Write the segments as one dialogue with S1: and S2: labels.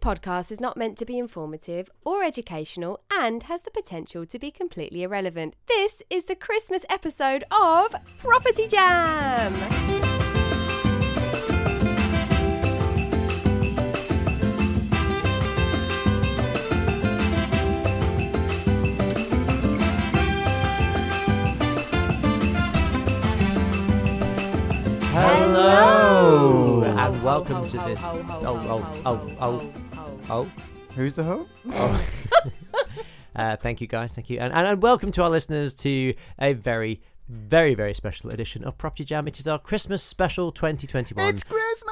S1: podcast is not meant to be informative or educational and has the potential to be completely irrelevant. This is the Christmas episode of Property Jam.
S2: Hello
S1: Hello.
S2: and welcome to this.
S1: Ho, ho, ho, ho,
S2: oh, oh,
S1: ho,
S2: oh,
S1: ho,
S2: oh,
S1: ho, ho.
S2: oh.
S3: Who's the hoe?
S2: Uh, thank you, guys. Thank you, and, and and welcome to our listeners to a very, very, very special edition of Property Jam. It is our Christmas special 2021,
S3: Christmas!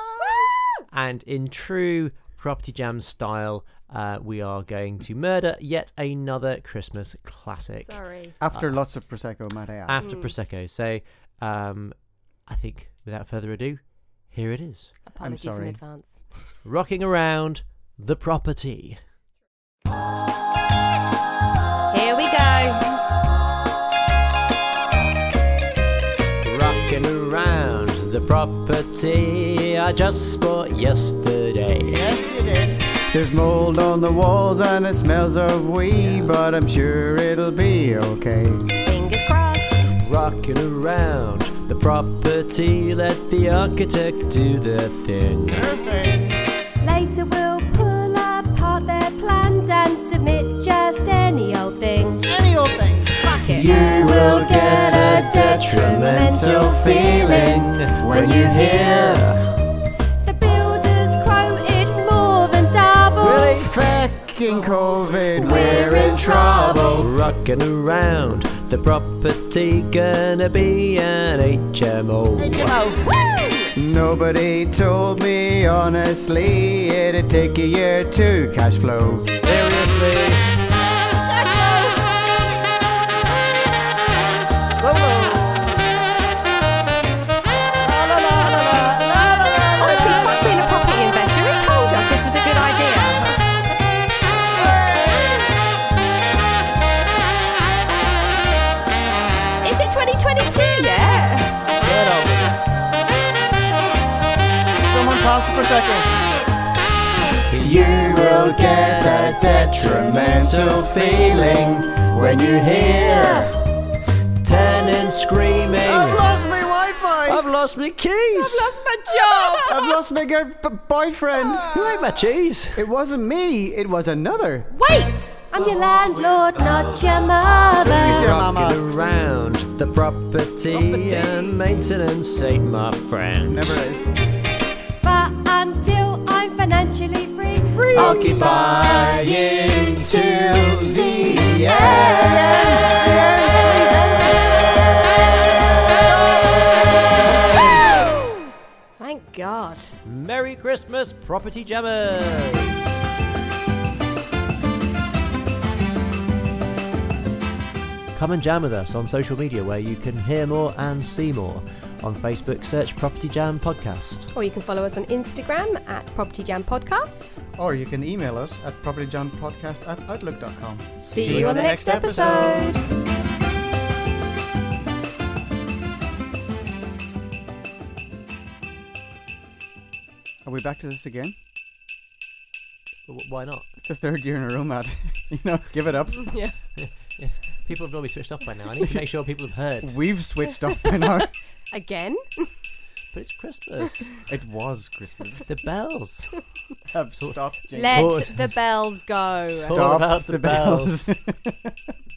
S2: and in true Property Jam style, uh, we are going to murder yet another Christmas classic
S1: Sorry. Mm.
S3: After lots of prosecco, might I add.
S2: after prosecco. So, um, I think without further ado, here it is.
S1: Apologies in
S3: sorry.
S1: advance.
S2: Rocking around the property.
S1: Here we go.
S2: Rocking around the property I just bought yesterday.
S3: yes, you did. There's mold on the walls and it smells of wee, but I'm sure it'll be okay.
S1: Fingers crossed.
S2: Rocking around the property, let the architect do their thing.
S1: Later we'll pull apart their plans and submit just any old thing.
S3: Any old thing.
S1: Fuck it.
S2: You will get a detrimental feeling when you hear.
S1: The builders quoted more than double.
S3: Fucking COVID.
S1: We're in trouble.
S2: Rocking around the property, gonna be an HMO.
S1: Woo!
S3: Nobody told me, honestly, it'd take a year to cash flow.
S2: Seriously.
S1: Honestly, fuck being a property investor. Who told us this was a good idea? Is it 2022 yet?
S3: Someone pass the prosecco. You will get a detrimental feeling when you hear.
S2: tenants screaming.
S3: lost my Wi-Fi.
S2: I've lost my keys.
S1: my job.
S3: I've lost my girl b- boyfriend.
S2: Ah. Who ate my cheese?
S3: It wasn't me. It was another.
S1: Wait! I'm your landlord, not your mother.
S3: Who's your mama?
S2: Rocking around the property,
S3: Property.
S2: and maintenance ain't my friend.
S3: Never is.
S1: But until I'm financially free, free.
S3: Occupying till the
S1: Thank God.
S2: Merry Christmas, property jammers! Come and jam with us on social media where you can hear more and see more. On Facebook, search Property Jam Podcast.
S1: Or you can follow us on Instagram at Property Jam Podcast.
S3: Or you can email us at propertyjohnpodcast at outlook.com.
S1: See, you on the next episode.
S3: Are we back to this again?
S2: W- Why not?
S3: It's the third year in a row, Matt. you know, give it up.
S1: Yeah.
S2: People have normally switched off by now. I need to make sure people have heard.
S3: We've switched off by now.
S1: Again?
S2: But it's Christmas.
S3: It was Christmas.
S2: The bells.
S3: Stop.
S1: Let
S2: Lord.
S1: the bells go.
S2: All about the bells.